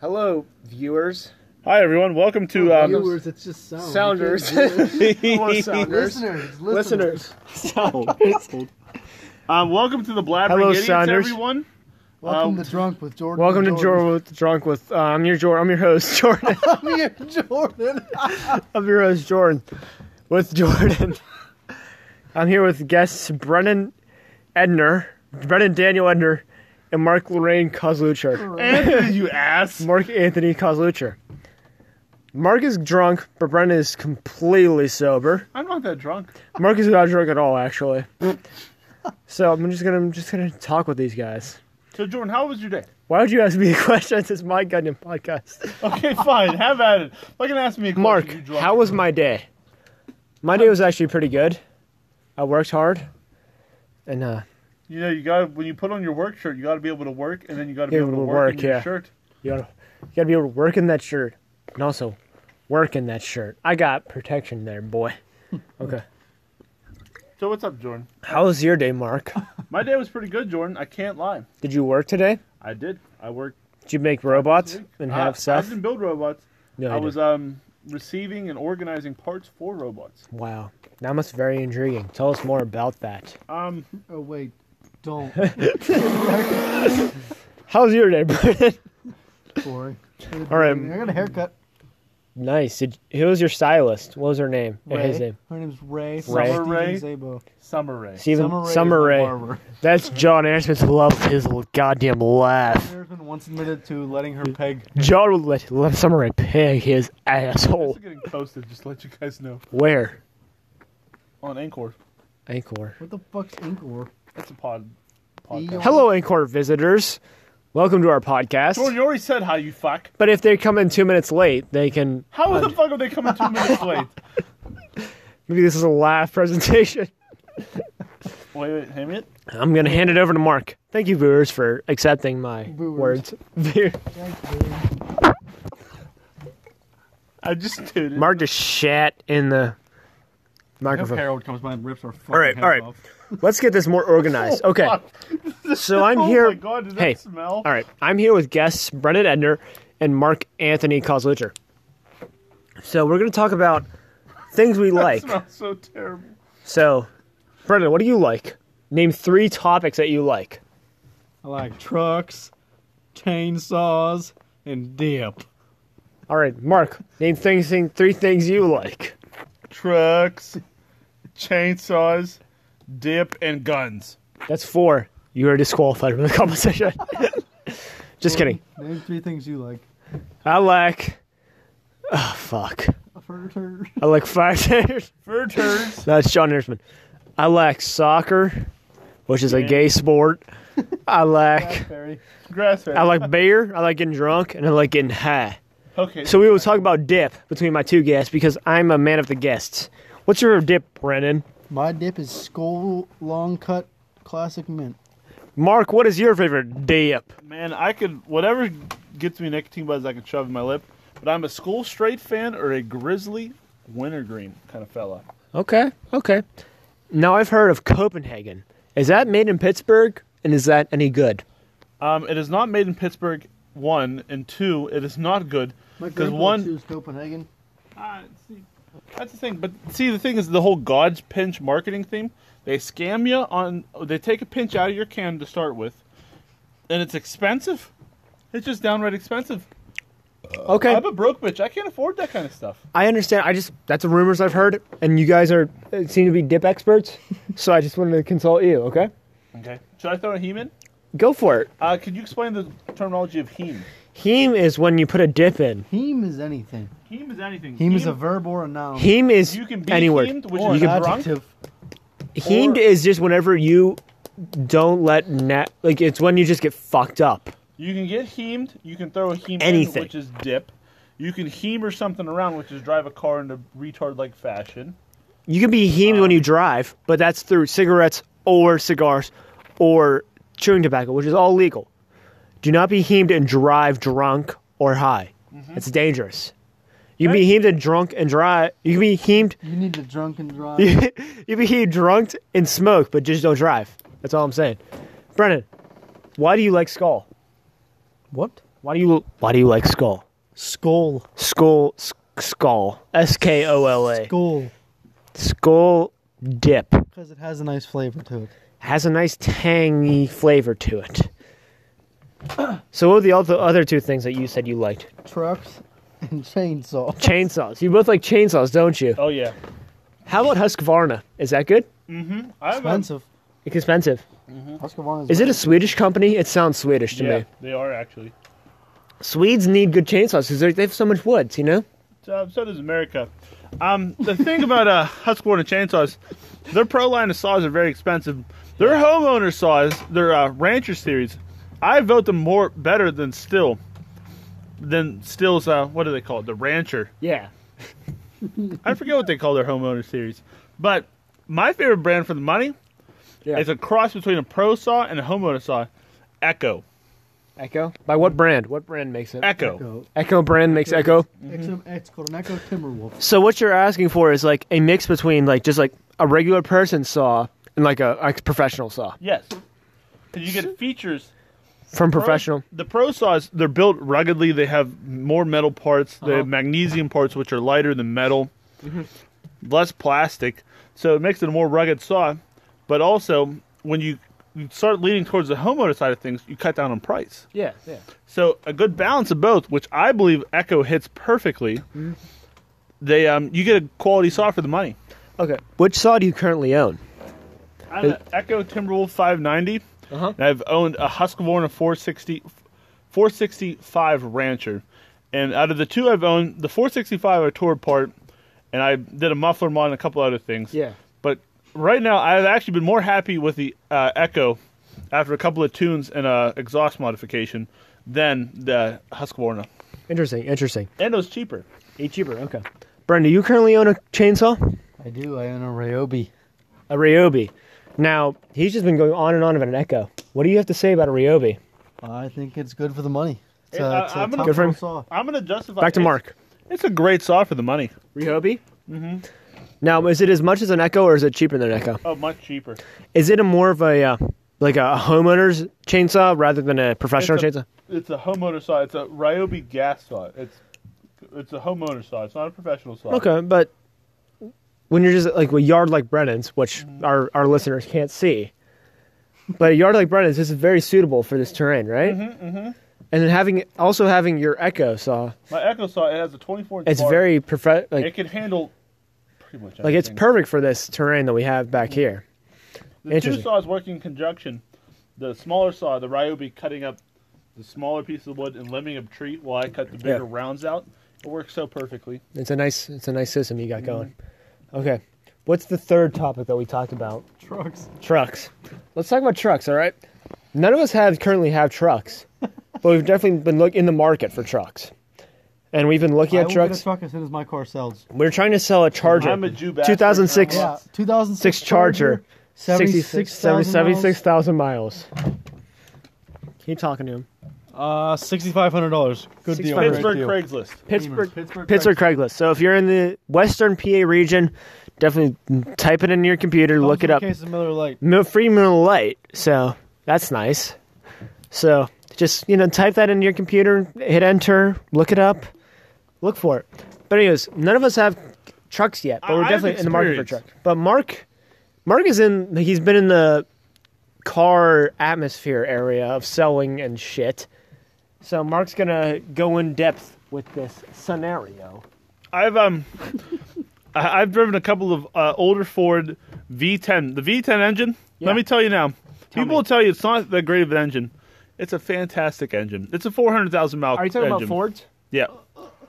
Hello, viewers. Oh, Hi everyone, welcome to um, viewers, it's just sound. Sounders. Listeners, Hello, Sounders. listeners, Listeners. um, welcome to the Blabber Hello, Idiots, Sounders. everyone. Welcome Um, to Drunk with Jordan. Welcome to and Jordan with Drunk with. Uh, I'm your Jordan. I'm your host Jordan. Jordan. Jordan. I'm your host Jordan. With Jordan, I'm here with guests Brennan Edner, Brennan Daniel Edner, and Mark Lorraine Kozlucher. Anthony, you ass. Mark Anthony Kozlucher. Mark is drunk, but Brennan is completely sober. I'm not that drunk. Mark is not drunk at all, actually. So I'm just gonna I'm just gonna talk with these guys. So Jordan, how was your day? Why would you ask me a question? This is my goddamn podcast. Okay, fine. Have at it. Fucking ask me a question. Mark, you drunk. how was my day? My day was actually pretty good. I worked hard, and uh, you know you got when you put on your work shirt, you got to be able to work, and then you got to be Yeah, able to we'll work, work, in your yeah. shirt. you gotta, you gotta be able to work in that shirt, and also work in that shirt. I got protection there, boy. Okay. So what's up, Jordan? How was your day, Mark? My day was pretty good, Jordan. I can't lie. Did you work today? I did. I worked. Did you make robots and Uh, have I stuff? didn't build robots. No, I you was um receiving and organizing parts for robots. didn't. Wow, that must be very intriguing. Tell us more about that. Um, Oh wait, don't. How's your day, Brennan? Boring. All right. I got a haircut. nice. Did, who was your stylist? What was her name? Or his Ray. name? Her name's Ray. from Ray. Steven Ray. Szabo. summer ray. Stephen Summer Ray. is Summer my Ray. barber. That's John Ashman's love his goddamn laugh. Harrison once admitted to letting her peg. John would let, let Samurai peg his asshole. This is getting posted. Just to let you guys know Where? on Anchor. Anchor. What the fuck's Inkor? It's a pod. Podcast. Hello, Anchor visitors. Welcome to our Jordan, podcast. you already said how you fuck. But if they come in two minutes late, they can. How the fuck are they coming two minutes late? Maybe this is a live presentation. Wait, wait, hang it. I'm going to hand it over to Mark. Thank you, viewers, for accepting my Viewers. words. View- I just did it. Mark just shat in the I hope microphone. Harold comes by and rips our fucking right, heads all right. off. Oh, Let's get this more organized. Okay. Fuck. So I'm oh here. my god, does that Hey, smell? All right, I'm here with guests Brendan Edner and Mark Anthony Kozlucher. So we're going to talk about things we That like. smells so terrible. So, Brendan, what do you like? Name three topics that you like. I like trucks, chainsaws, and dip. All right, Mark, name things, thing, three things you like. Trucks, chainsaws, dip, and guns. That's four. You are disqualified from the competition. Just kidding. Name three things you like. I like. Oh fuck! Further. I like fire. Fur turds. That's John Ersman. I like soccer, which is a gay sport. I like. Barry. Grass fed. I like beer. I like getting drunk, and I like getting high. Okay. So we will talk about dip between my two guests because I'm a man of the guests. What's your dip, Brennan? My dip is skull long cut classic mint. Mark, what is your favorite dip? man, I could whatever gets me nicotine buzz, I can shove in my lip. But I'm a school straight fan or a grizzly wintergreen kind of fella. Okay, okay. Now I've heard of Copenhagen. Is that made in Pittsburgh, and is that any good? Um, it is not made in Pittsburgh. One and two, it is not good because one. choose Copenhagen. Ah, see, that's the thing. But see, the thing is, the whole God's pinch marketing thing. They scam you on. They take a pinch out of your can to start with, and it's expensive. It's just downright expensive. Okay, I'm a broke bitch. I can't afford that kind of stuff. I understand. I just that's the rumors I've heard, and you guys are uh, seem to be dip experts, so I just wanted to consult you. Okay, Okay. Should I throw a heme in? go for it. Uh, could you explain the terminology of heme? Heme is when you put a dip in. Heme is anything. Heme is anything. Heme, is a verb or a noun. Heme is You can be any word. hemed, which you is can not- drunk? Adjective. Hemed Or- is just whenever you don't let net like it's when you just get fucked up. You can get hemed. You can throw a heme Anything. in, which is dip. You can heme or something around, which is drive a car in a retard like fashion. You can be hemed when you drive, but that's through cigarettes or cigars or chewing tobacco, which is all legal. Do not be hemed and drive drunk or high. It's dangerous. You can be hemed and drunk and drive. You can be hemed. You need to drunk and drive. you can be hemed drunk and smoke, but just don't drive. That's all I'm saying. Brennan, why do you like skull? What? Why do you Why do you like skull? Skull. Skull. s- Skull. S K O L A. Skull. Skull dip Because it has a nice flavor to it. has a nice tangy flavor to it. So what were the other other two things that you said you liked? Trucks and chainsaw. Chainsaws. You both like chainsaws, don't you? Oh yeah, How about Husqvarna? Is that good? I haven't- Expensive. It's expensive. Husqvarna's Is it a Swedish company? It sounds Swedish to Yeah, me. they are actually. Swedes need good chainsaws because they have so much woods, you know? So, so does America. Um, the thing about uh, Husqvarna chainsaws, their pro line of saws are very expensive. Their homeowner saws, their uh, rancher series, I vote them more better than Still, than Still's. Uh, what do they call it? The Rancher. Yeah. I forget what they call their homeowner series, but my favorite brand for the money Yeah. is a cross between a pro saw and a homeowner saw, Echo. Echo. By what brand? What brand makes it? Echo. Echo. Echo brand makes Echo. Echo- It's called an Echo Timberwolf. So what you're asking for is like a mix between like just like a regular person saw and like a, a professional saw. Yes, 'Cause you get features. From professional. The pro saws, they're built ruggedly. They have more metal parts. They have magnesium parts, which are lighter than metal, less plastic. So it makes it a more rugged saw. But also, when you you start leaning towards the homeowner side of things, you cut down on price. Yeah, yeah. So a good balance of both, which I believe Echo hits perfectly. They um, you get a quality saw for the money. Okay. Which saw do you currently own? I have an Echo Timberwolf 590, and I've owned a Husqvarna 460, 465 Rancher. And out of the two I've owned, the 465 I tore apart, and I did a muffler mod and a couple other things. But right now, I've actually been more happy with the uh, Echo after a couple of tunes and uh, exhaust modification than the Husqvarna. Interesting, interesting. And it was cheaper. Eight cheaper, okay. Brenda, you currently own a chainsaw? I do. I own a Ryobi. A Ryobi. Now, he's just been going on and on about an Echo. What do you have to say about a Ryobi? I think it's good for the money. It's Hey, a, I- it's a I'm gonna- top Good for him. saw. I'm going to justify Back to it's- Mark. It's a great saw for the money. Ryobi? Mm-hmm. Now, is it as much as an Echo or is it cheaper than an Echo? Oh, much cheaper. Is it a more of a uh, like a homeowner's chainsaw rather than a professional It's a- chainsaw? It's a homeowner saw. It's a Ryobi gas saw. It's it's a homeowner saw. It's not a professional saw. Okay, but when you're just like a yard like Brennan's, which our our listeners can't see, but a yard like Brennan's this is very suitable for this terrain, right? Mm-hmm, And then having also having your Echo saw, My Echo saw. It has a 24 inch. it's bar. very profe- It like can handle pretty much. like it's anything. perfect for this terrain that we have back here. The two interesting. saws working in conjunction. The smaller saw, the Ryobi, cutting up the smaller piece of wood and limbing up tree while I cut the bigger Yeah. rounds out. It works so perfectly. It's a nice it's a nice system you got going. Okay, what's the third topic that we talked about? Trucks. Trucks. Let's talk about trucks. All right. None of us have currently have trucks, but we've definitely been look in the market for trucks, and we've been looking I at will trucks. get a truck as soon as my car sells. We're trying to sell a Charger. I'm a Jew bastard. 2006 I'm Yeah, 2006 six Charger. 76,000 76,000 miles. Keep talking to him. Uh, sixty-five hundred dollars. Good $6,500. deal. great Pittsburgh deal. Craigslist. Pittsburgh, Pittsburgh, Pittsburgh Craigslist. So if you're in the Western PA region, definitely type it in your computer, look it up. Case of Miller Lite. Mil- Free Miller Lite. So that's nice. So just you know, type that into your computer, hit enter, look it up, look for it. But anyways, none of us have trucks yet, but I- we're I have definitely in the market for a truck. experience. But Mark, Mark is in. He's been in the car atmosphere area of selling and shit. So Mark's gonna go in depth with this scenario. I've um, I- I've driven a couple of uh, older Ford V10. The V10 engine. Yeah. Let me tell you now. people me. will tell you it's not that great of an engine. It's a fantastic engine. It's a 400,000 mile. Are you talking engine. about Fords? Yeah.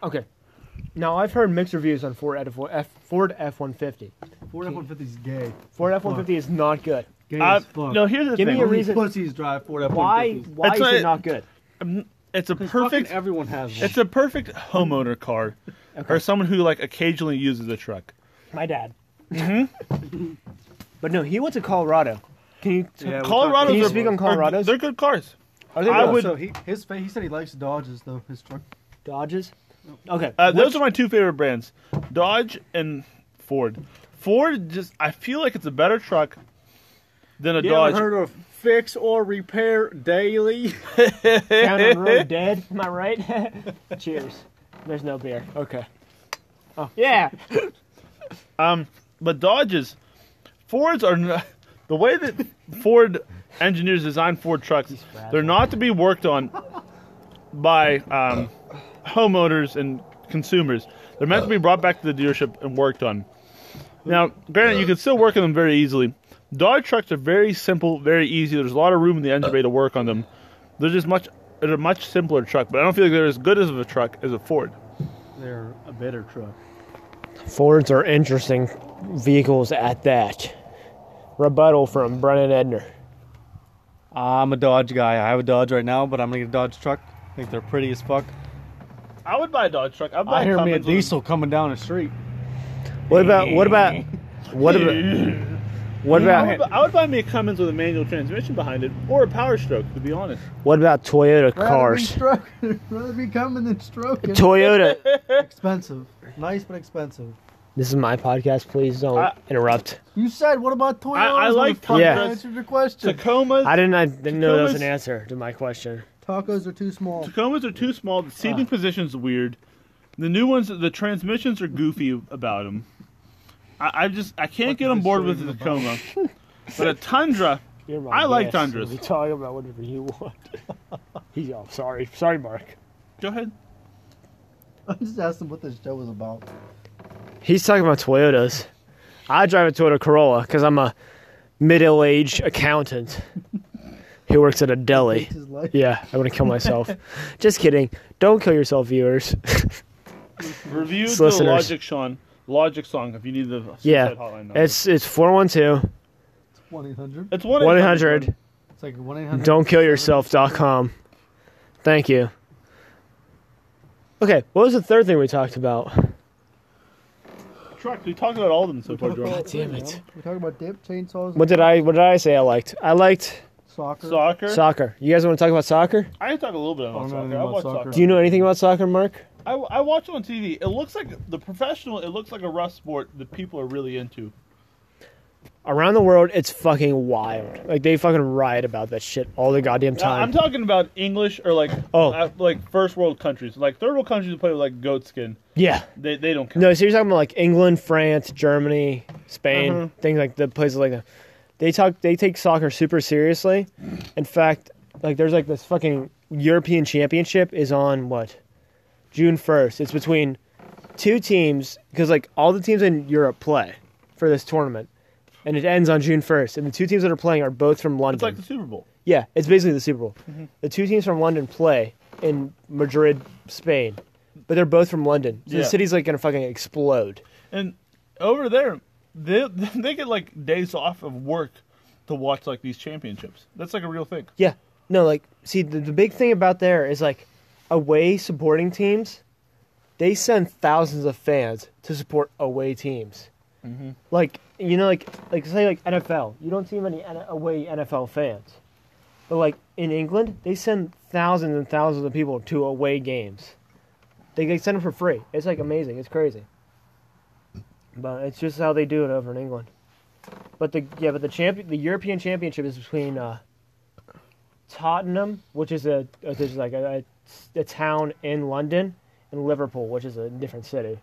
Okay. Now I've heard mixed reviews on Ford F F- Ford F one fifty. Ford F-150 is gay. Ford F one fifty is not good. Gay Uh, as fuck. no, here's the Give me thing. a reason- Pussies drive Ford F-150s. Why? Why That's is why- it not good? it's a Fucking perfect. everyone has one. It's a perfect homeowner car, or someone who like occasionally uses a truck. My dad. but no, he went to Colorado. Can you? T- Yeah, we Colorados Can you are, speak on are- Colorados? they're good cars. Are they I good? would- So he, his fa- he said he likes Dodges though. His truck. Dodges. Okay. Uh, which- those are my two favorite brands, Dodge and Ford. Ford just I feel like it's a better truck than a You Dodge. ever heard of fix or repair daily. Down on road dead. Am I right? Cheers. There's no beer. Okay. Oh. Yeah. But Dodges, Fords are not, the way that Ford engineers design Ford trucks. They're not to be worked on by um, homeowners and consumers. They're meant to be brought back to the dealership and worked on. Now, granted, you can still work on them very easily. Dodge trucks are very simple, very easy. There's a lot of room in the engine bay to work on them. They're just much, they're a much simpler truck, but I don't feel like they're as good as of a truck as a Ford. They're a better truck. Fords are interesting vehicles at that. Rebuttal from Brennan Edner. I'm a Dodge guy. I have a Dodge right now, but I'm gonna get a Dodge truck. I think they're pretty as fuck. I would buy a Dodge truck. I'd buy I a hear me a Cummins with diesel coming down the street. What about what about what about what I about would, I would buy me a Cummins with a manual transmission behind it, or a Power Stroke, to be honest. what about Toyota cars? Rather be, stroking, rather be coming than stroking. Toyota. expensive. Nice but expensive. This is my podcast. Please don't I- interrupt. You said, what about Toyotas? I like motherfucker? Yeah. I answered your question. Tacomas, I didn't. I didn't know that was an Tacomas- answer to my question. Tacos are too small. Tacomas are too small. The seating position's weird. The new ones, the transmissions are goofy about them. I, I just I can't get on board with the Tacoma. but a Tundra, You're my I like guest. Tundras. You talk about whatever you want. He's oh, sorry, sorry, Mark. go ahead. I just asked him what this show was about. He's talking about Toyotas. I drive a Toyota Corolla because I'm a middle-aged accountant who works at a deli. It's his life. Yeah, I want to kill myself. Just kidding. Don't kill yourself, viewers. Review It's the listeners. Logic Sean Logic song if you need the suicide yeah, hotline number. it's it's 412 One eight hundred. it's one 100 It's like one eight hundred. don't kill yourself.com. Thank you. Okay, what was the third thing we talked about? truck. We talked about all of them so far. Oh, Jordan. damn it. We're talking about dip chainsaws. What did I what did I say I liked? I liked Soccer. Soccer. soccer. You guys want to talk about soccer? I can talk a little bit I about don't know soccer. anything I about watch soccer. soccer. Do you know anything about soccer, Mark? I, I watch it on TV. It looks like the professional. It looks like a rough sport that people are really into. Around the world, it's fucking wild. Like they fucking riot about that shit all the goddamn I- time. I'm talking about English or like Oh. uh, like first world countries, like third world countries that play with like goat skin. yeah. They they don't count. No, so you're talking about like England, France, Germany, Spain, Uh-huh. things like the places like that. They talk they take soccer super seriously. In fact, like there's like this fucking European Championship is on what? June 1st. It's between two teams because like all the teams in Europe play for this tournament. And it ends on June 1st. And the two teams that are playing are both from London. It's like the Super Bowl. Yeah, it's basically the Super Bowl. The two teams from London play in Madrid, Spain, but they're both from London. So Yeah. the city's like gonna fucking explode. And over there, they they get like days off of work to watch like these championships. That's like a real thing. Yeah, no, like see, the, the big thing about there is like away supporting teams. They send thousands of fans to support away teams. Like you know, like like say like NFL, you don't see many N- away NFL fans, but like in England, they send thousands and thousands of people to away games. They, they send them for free. It's like amazing. It's crazy. But it's just how they do it over in England. But the yeah, but the champion, the European Championship is between uh, Tottenham, which is a which is like a, a, a town in London, and Liverpool, which is a different city.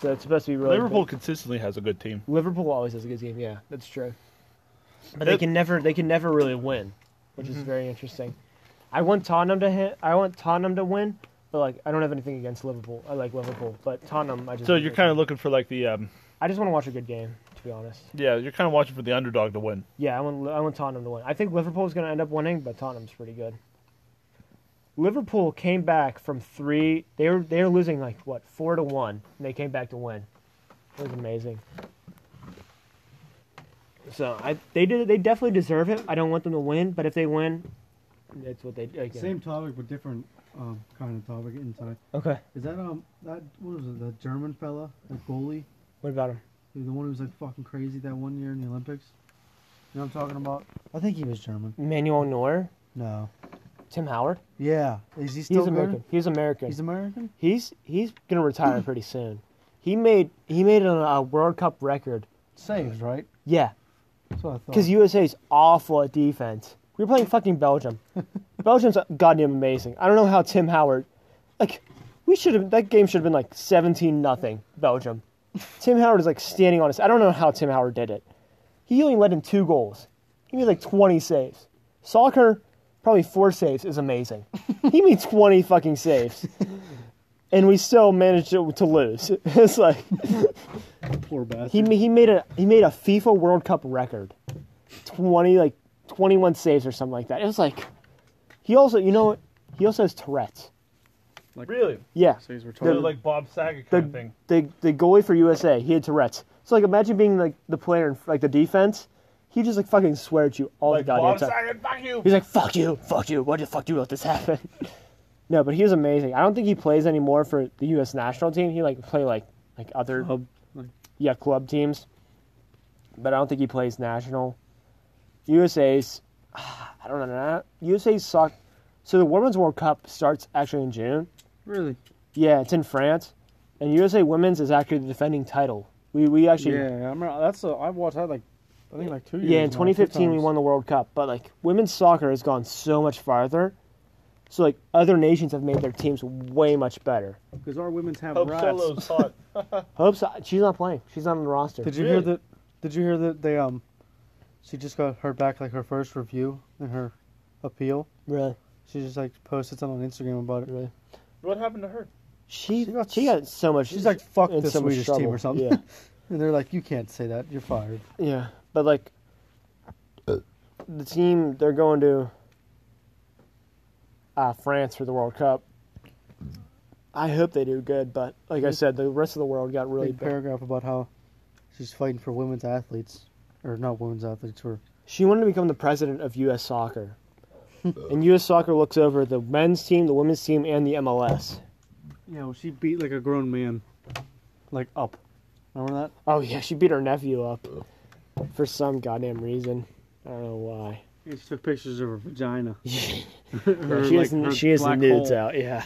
So it's supposed to be really Liverpool consistently has a good team. Liverpool always has a good team. Yeah, that's true. But they It- can never they can never really win, which Mm-hmm. is very interesting. I want Tottenham to hit, I want Tottenham to win, but like I don't have anything against Liverpool. I like Liverpool, but Tottenham I just So you're kind of looking for like the um I just want to watch a good game to be honest. yeah you're kind of watching for the underdog to win. Yeah, I want I want Tottenham to win. I think Liverpool's going to end up winning, but Tottenham's pretty good. Liverpool came back from three. They were they were losing like what four to one, and they came back to win. It was amazing. So I they did they definitely deserve it. I don't want them to win, but if they win, that's what they again. Same topic, but different um, kind of topic inside. Okay, Is that um that what was it? That German fella, that goalie, what about him? the one who was like fucking crazy that one year in the Olympics. You know what I'm talking about? I think he was German. Manuel Neuer, No. Tim Howard. Yeah. Is he He's still good? American. He's American. He's American. he's he's gonna retire pretty soon. He made he made a, a World Cup record Saves right. Yeah. That's what I thought. Because USA is awful at defense. We were playing fucking Belgium. Belgium's goddamn amazing. I don't know how Tim Howard, like, we should have that game should have been like seventeen nothing Belgium. Tim Howard is like standing on his. I don't know how Tim Howard did it. He only led in two goals. He made like twenty saves. Soccer, probably four saves is amazing. he made twenty fucking saves, and we still managed to, to lose. it's like Poor bastard. he ma- he made a he made a FIFA World Cup record, twenty like twenty one saves or something like that. It was like he also you know what he also has Tourette's. Really? Yeah, so he's retarded. So like Bob Saget kind of thing. the the goalie for USA he had Tourette's. So like imagine being like the player in like the defense, he just like fucking swear at you all Like the goddamn Bob time. Saget, fuck you. He's like fuck you, fuck you. Why the fuck you let this happen? no, but he was amazing. I don't think he plays anymore for the U.S. national team. He like play like like other Hub, like, yeah, club teams. But I don't think he plays national. USA's, I don't know. USA's suck. So the Women's World Cup starts actually in June. really? Yeah, it's in France, and USA Women's is actually the defending title. We we actually Yeah, I remember that's a, I watched that like I think like two years. yeah, in now, two 2015 we times. won the World Cup, but like women's soccer has gone so much farther. So like other nations have made their teams way much better. Because our women's have Hope rights. Solo's hot. Hope's she's not playing. She's not on the roster. Did you hear that? Did you hear that they um, she just got her back like her first review and her appeal. really? She just like posted something on Instagram about it. Really? What happened to her? She She got she got so much. She's like fuck in the so much Swedish team trouble. or something. Yeah. and they're like, you can't say that. You're fired. Yeah, but like the team they're going to uh, France for the World Cup. I hope they do good, but like I said, the rest of the world got really Big bad. paragraph about how she's fighting for women's athletes or not women's athletes or She wanted to become the president of U.S. Soccer, and U.S. Soccer looks over the men's team, the women's team, and the MLS. yeah. Well, she beat like a grown man, like up. Remember that? Oh yeah, she beat her nephew up for some goddamn reason. I don't know why. And she took pictures of her vagina. Yeah, Her, she like, has n- her she has the black nudes hole. out. Yeah,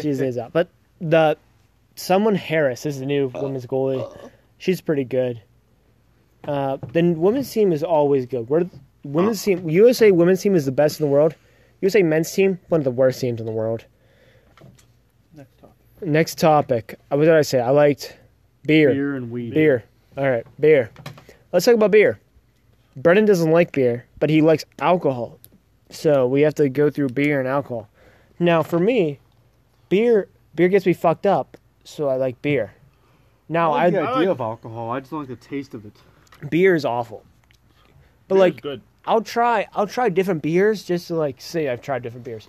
she has nudes out. But the someone Harris is the new Uh, women's goalie. She's pretty good. Uh, the women's team is always good. We're women's Uh. team. USA women's team is the best in the world. USA men's team one of the worst teams in the world. Next topic. Next topic. Uh, What did I say? I liked Beer and weed. Beer. All right, beer. Let's talk about beer. Brennan doesn't like beer, but he likes alcohol. So we have to go through beer and alcohol. Now, for me, beer beer gets me fucked up, so I like beer. Now, I like the I, idea of alcohol. I just don't like the taste of it. beer is awful. But Beer's like good. I'll try I'll try different beers just to like say I've tried different beers.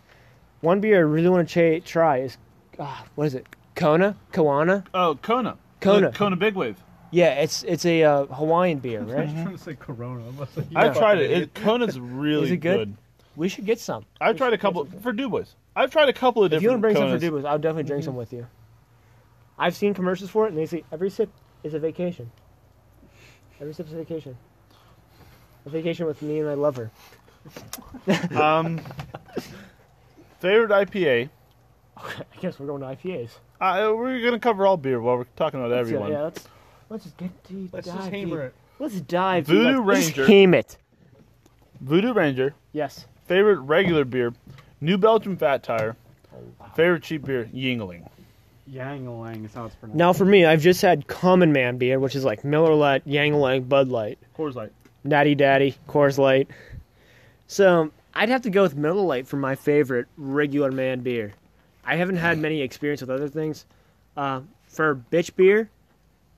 One beer I really want to ch- try is ah, what is it? Kona? Kawana? Oh, Kona. Kona. Uh, Kona Big Wave. Yeah, it's it's a uh, Hawaiian beer, right? Mm-hmm. trying to say Corona. I've tried it. it. Kona's really Is it good? We should get some. I've tried a couple for Dubois. I've tried a couple of If you want to bring different. Konas. some for Dubas, I'll definitely drink some with you. I've seen commercials for it, and they say every sip is a vacation. Every sip is a vacation. A vacation with me and my lover. Um, favorite IPA. I guess we're going to IPAs. Uh, we're gonna cover all beer while we're talking about everyone. So, yeah, let's, let's just get deep. Let's dive just hammer deep. it. Let's dive. deep. Voodoo Let's just Ranger. Ham it. Voodoo Ranger. Yes. Favorite regular beer. New Belgium Fat Tire. Favorite cheap beer. Yingling. Yangalang is how it's pronounced. Now for me, I've just had Common Man beer, which is like Miller Lite, Yang Lang, Bud Light. Coors Light. Natty Daddy, Coors Light. So I'd have to go with Miller Lite for my favorite regular man beer. I haven't had many experience with other things. Uh, for bitch beer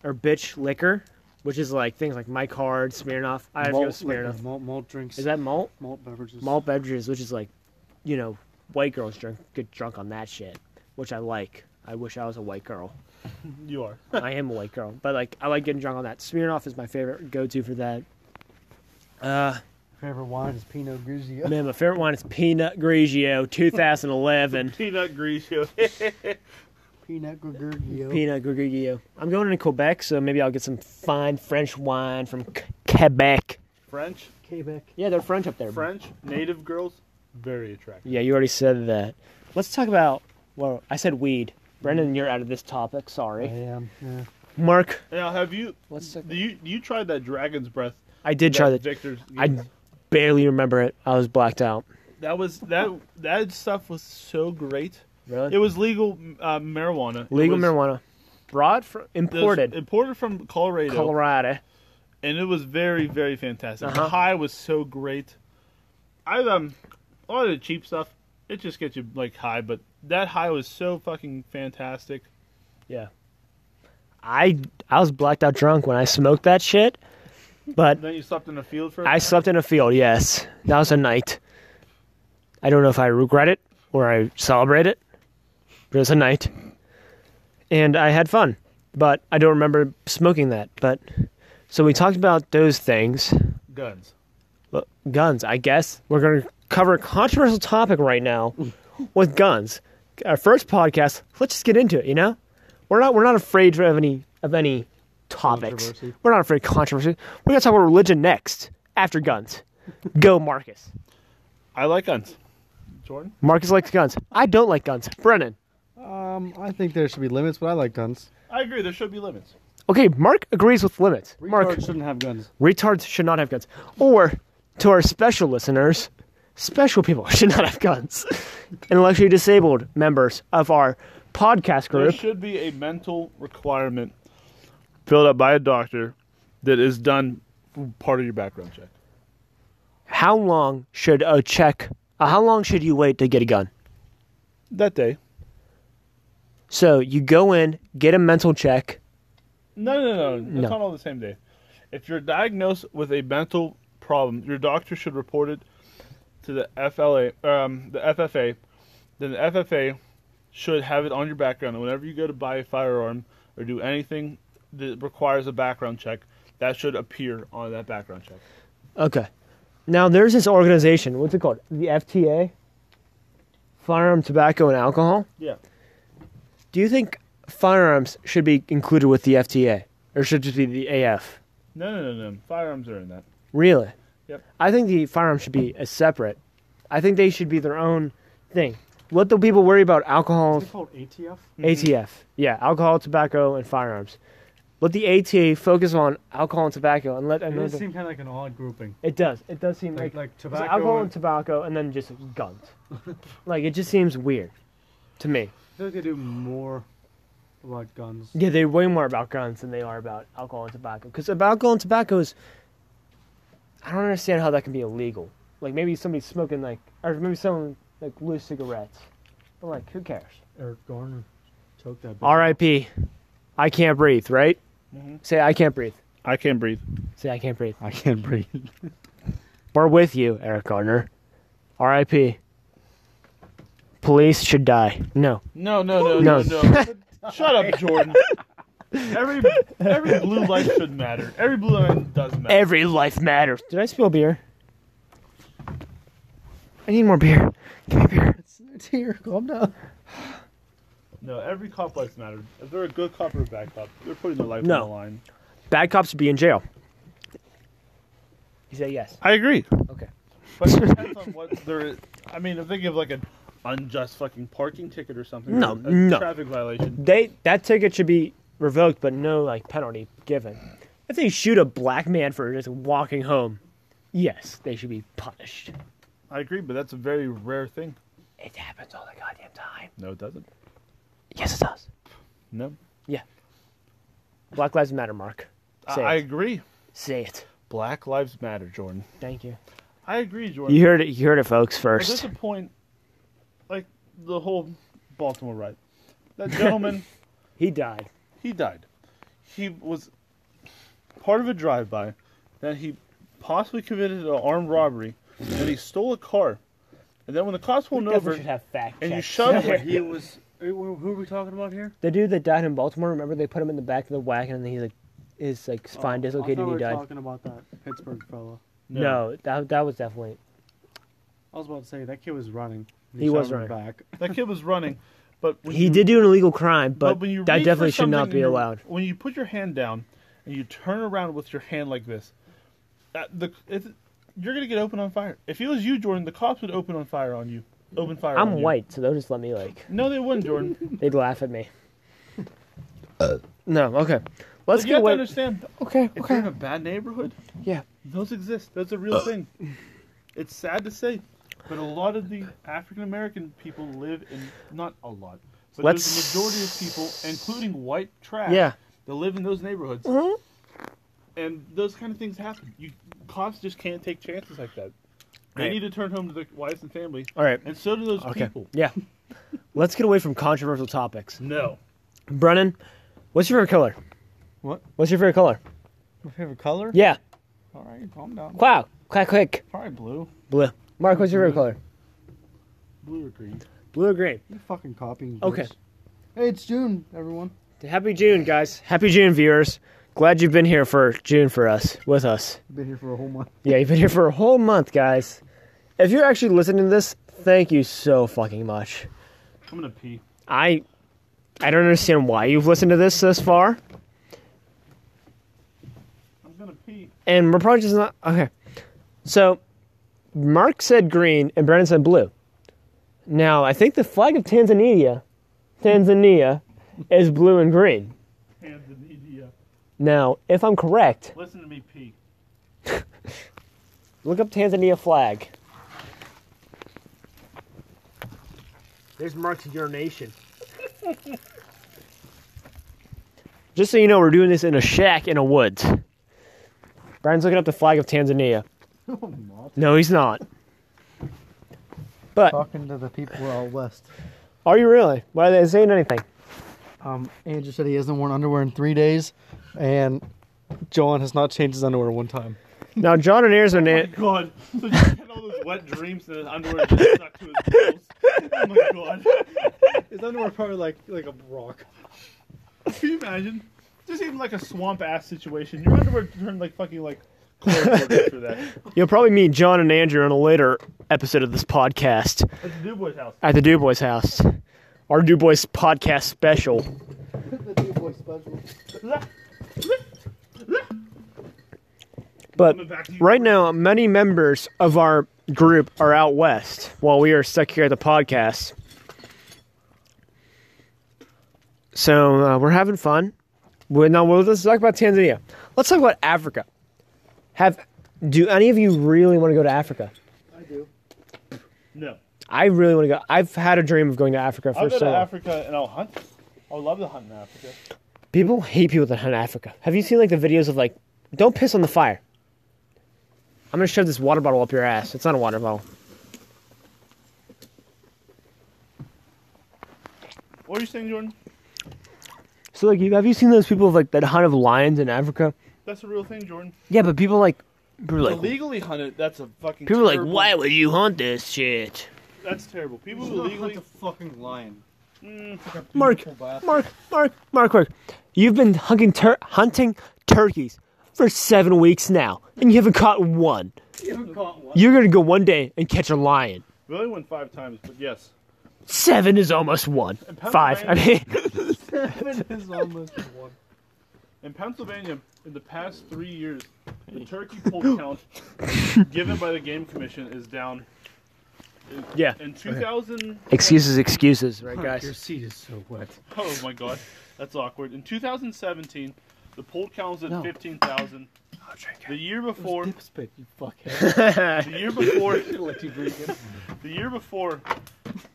or bitch liquor, which is like things like Mike Hard, Smirnoff. I have to go with liquor, Smirnoff. malt, malt drinks. Is that malt? malt beverages? Malt beverages, which is like, you know, white girls drink get drunk on that shit, which I like. I wish I was a white girl. You are. I am a white girl, but like I like getting drunk on that. Smirnoff is my favorite go-to for that. Uh, Favorite wine is Pinot Grigio. Man, my favorite wine is Peanut Grigio 2011. Peanut Grigio. Peanut Grigio. Peanut Grigio. I'm going to Quebec, so maybe I'll get some fine French wine from Q- Quebec. French. Quebec. Yeah, they're French up there. French. Native girls. Very attractive. Yeah, you already said that. Let's talk about. Well, I said weed. Brendan, you're out of this topic. I Sorry. am. Yeah. Mark, Now, have you let's talk. you you tried that Dragon's Breath I did try that. Victor's. I barely remember it. I was blacked out. that was that that stuff was so great. Really? It was legal uh, marijuana. It Legal was- marijuana, brought from it was imported Imported from Colorado, Colorado. and it was very very fantastic. Uh-huh. The high was so great. I um a lot of the cheap stuff. It just gets you like high, but that high was so fucking fantastic. I I was blacked out drunk when I smoked that shit, but Then you slept in the field for. a I time. slept in a field. Yes, that was a night. I don't know if I regret it or I celebrate it, but it was a night, and I had fun. But I don't remember smoking that. But so we talked about those things. guns. Look, guns. I guess we're going to cover a controversial topic right now with guns. Our first podcast. Let's just get into it. You know, we're not we're not afraid of any of any topics. Controversy. We're not afraid of controversy. We're going to talk about religion next after guns. Go, Marcus. I like guns. Jordan. Marcus likes guns. I don't like guns. Brennan. Um, I think there should be limits, but I like guns. I agree. There should be limits. Okay, Mark agrees with limits. Mark, Retards shouldn't have guns. retards should not have guns. Or to our special listeners, special people should not have guns. Intellectually disabled members of our podcast There group. should be a mental requirement filled out by a doctor that is done part of your background check. How long should a check? Uh, how long should you wait to get a gun? That day. So you go in, get a mental check. No, no, no. It's No. not all the same day. If you're diagnosed with a mental problem, your doctor should report it to the FLA, um, the FFA. Then the FFA should have it on your background. And whenever you go to buy a firearm or do anything that requires a background check, that should appear on that background check. Okay. Now there's this organization. What's it called? The FTA. Firearm, tobacco, and alcohol. Yeah. Do you think firearms should be included with the FTA, or should it just be the AF? No, no, no, no. Firearms are in that. Really? Yep. I think the firearms should be a separate. I think they should be their own thing. Let the people worry about alcohol, Is it called ATF? ATF. Yeah, alcohol, tobacco, and firearms. Let the ATA focus on alcohol and tobacco, and let It does another. seem kind of like an odd grouping. it does. It does seem Like, like, like it's tobacco. alcohol and and- tobacco, and then just guns. like it just seems weird to me. I feel like they do more about guns. Yeah, they're way more about guns than they are about alcohol and tobacco. Because about alcohol and tobacco is, I don't understand how that can be illegal. Like maybe somebody's smoking like, or maybe someone like loose cigarettes, but like who cares? Eric Garner choked that. bitch. R.I.P. I can't breathe. Right? Mhm. Say I can't breathe. I can't breathe. Say I can't breathe. I can't breathe. We're with you, Eric Garner. R.I.P. Police should die. No. No, no, no, No. no, no. Shut up, Jordan. Every every blue light should matter. Every blue light does matter. Every life matters. Did I spill beer? I need more beer. Give me beer. Dear, calm down. No, every cop life matters. If they're a good cop or a bad cop, they're putting their life No. on the line. Bad cops should be in jail. You say yes. I agree. Okay. But it depends on what they're. I mean, if they give like an unjust fucking parking ticket or something, No, or a no. traffic violation. They that ticket should be revoked, but no like penalty given. If they shoot a black man for just walking home, yes, they should be punished. I agree, but that's a very rare thing. It happens all the goddamn time. No, it doesn't. Yes, it does. No, Black Lives Matter, Mark. I, Say I it. agree. Say it. Black lives matter, Jordan. Thank you. I agree, Jordan. You heard it. You heard it, folks. But there's First, a point, like the whole Baltimore riot. That gentleman, he died. he died. He was part of a drive-by. Then he possibly committed an armed robbery. Then he stole a car. And then when the cops pulled him Definitely over, should have fact and you checks. shoved But him, he was. Who who are we talking about here? The dude that died in Baltimore. Remember, they put him in the back of the wagon, and he like his like spine Oh, dislocated, I thought and we he were died. talking about that Pittsburgh fellow. No, that that was definitely I was about to say that kid was running. He was shot him in the Back. that kid was running. But when He you, did do an illegal crime, but, when you that reach for definitely should not something be and you- allowed. When you put your hand down and you turn around with your hand like this, that, the it's, you're gonna get open on fire. If it was you, Jordan, the cops would open on fire on you. Open fire. on I'm you. white, so they'll just let me like No, they wouldn't, Jordan. they'd laugh at me. no, okay. Let's you get have to away. understand. Okay, If you're in a bad neighborhood, yeah. Those exist. That's a real thing. It's sad to say, but a lot of the African American people live in not a lot, but Let's- there's a majority of people, including white trash, Yeah. Mm-hmm. that live in those neighborhoods. And those kind of things happen. You cops just can't take chances like that. They Right. need to turn home to their wives and family, All right. and so do those Okay. people. Yeah. Let's get away from controversial topics. No, Brennan, what's your favorite color? What? What's your favorite color? My favorite color? Yeah. all right, calm down. Wow. Clack click. Probably blue, Blue. Mark, what's your favorite color? blue or green. Blue or green? You fucking copying. Okay. Bruce. Hey, it's June, everyone. Happy June, guys. Happy June, viewers. Glad you've been here for June for us, with us. Been here for a whole month. Yeah, you've been here for a whole month, guys. If you're actually listening to this, thank you so fucking much. I'm gonna pee. I I don't understand why you've listened to this this far, I'm gonna pee. and we're probably just not okay. So Mark said green and Brennan said blue. Now I think the flag of Tanzania, Tanzania, is blue and green. Hands in India. Now, if I'm correct, uh, Listen to me pee. look up Tanzania flag. There's Mark's urination. Just so you know, we're doing this in a shack in a woods. Brian's looking up the flag of Tanzania. Oh, No, he's not. But Talking to the people out west. are you really? Why are they saying anything? Um, Andrew said he hasn't worn underwear in three days, and Jolan has not changed his underwear one time. Now, John and Ayers are na- God. So you had all those wet dreams in his underwear just stuck to his balls. Oh my god. His underwear probably like like a rock. Can you imagine? Just even like a swamp ass situation. Your underwear turned like fucking like chloroform after that. You'll probably meet John and Andrew in a later episode of this podcast At the new boy's house. at the Du Bois house. Our Du Bois podcast special. But Coming back to you. right now, many members of our group are out west while we are stuck here at the podcast. So uh, we're having fun. We're, now, well, let's talk about Tanzania. Let's talk about Africa. Have do any of you really want to go to Africa? No. I really want to go. I've had a dream of going to Africa I'll for go so to long. Africa and I'll hunt. I would love to hunt in Africa. People hate people that hunt Africa. Have you seen like the videos of like, don't piss on the fire? I'm gonna shove this water bottle up your ass. It's not a water bottle. What are you saying, Jordan? So like, you- have you seen those people of, like that hunt of lions in Africa? That's a real thing, Jordan. Yeah, but people like, people are To like, legally hunt it, that's a fucking people are like, terrible- why would you hunt this shit? That's terrible. People who legally fucking lion. Mark, Mark, Mark, Mark, Mark, you've been hunting tur- hunting turkeys for seven weeks now, and you haven't caught one. You haven't caught one. You're gonna go one day and catch a lion. we only won five times, but yes. Seven is almost one. Five. I mean, almost one. In Pennsylvania, in the past three years, the turkey poult count given by the Game Commission is down. In- yeah. In 2000. Excuses, excuses, right, Your guys? seat is so wet. Oh my god, that's awkward. In 2017, the poll count was at 15,000. The year before, Dip spit, you fuckhead. the year before, I let you drink it. the year before,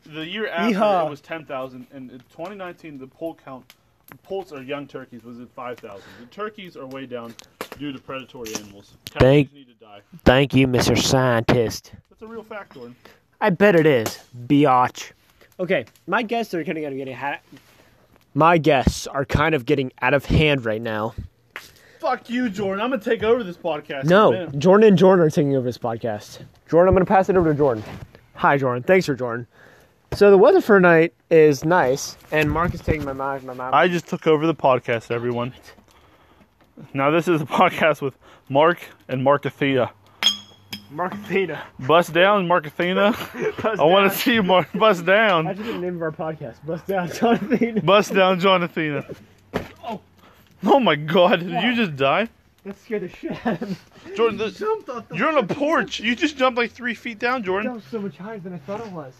the year after Yeehaw. it was 10,000, and in 2019 the poll count, the polls are young turkeys was at 5,000. The turkeys are way down due to predatory animals. Coyotes Thank- need to die. Thank you, Mr. Scientist. That's a real fact, Jordan. I bet it is. Biatch. Okay, my guests are kind of getting ha- My guests are kind of getting out of hand right now. Fuck you, Jordan. I'm gonna take over this podcast. No, Man. Jordan and Jordan are taking over this podcast. Jordan, I'm going to pass it over to Jordan. Hi, Jordan. Thanks for Jordan. So the weather for tonight is nice, and Mark is taking my mouth. My mouth. I just took over the podcast, everyone. Now this is a podcast with Mark and Mark Athena. Mark Athena. Bust down, Mark Athena. I want to see Mark bust down. That's the name of our podcast. uh, Bust down, John Athena. Bust down, John Athena. Oh my God! Did you just die, That scared the shit out of me. Jordan? This, you're on a porch. You just jumped like three feet down, That Jordan. was so much higher than I thought it was.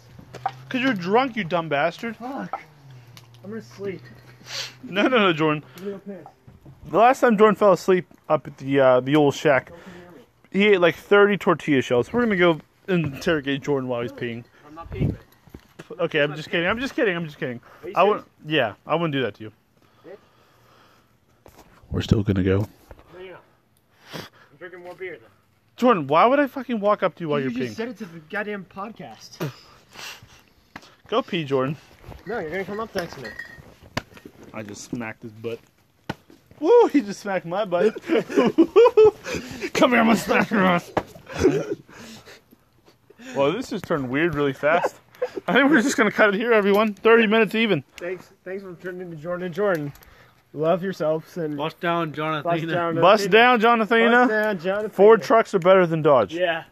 Cause you're drunk, you dumb bastard. Fuck. I'm gonna sleep. No, no, no, Jordan. I'm gonna go piss. The last time Jordan fell asleep up at the uh, the old shack, he ate like 30 tortilla shells. We're gonna go interrogate Jordan while he's peeing. I'm not paying it. Okay, I'm just kidding. I'm just kidding. I'm just kidding. Are you I would. Yeah, I wouldn't do that to you. We're still gonna go. serious? No, you're not. I'm drinking more beer then. Jordan, why would I fucking walk up to you while you you're just peeing? said it to the goddamn podcast. Go pee, Jordan. no, you're gonna come up next to me. I just smacked his butt. Woo! He just smacked my butt. Come here, I'm gonna smack your ass. well, this just turned weird really fast. I think we're just gonna cut it here, everyone. Thirty minutes even. Thanks, thanks for turning into Jordan and Jordan. Love yourselves and bust Bust down, Jonathan. down. to Bust the- down, Bust Jonathan. down, Jonathan. Ford trucks are better than Dodge. Yeah.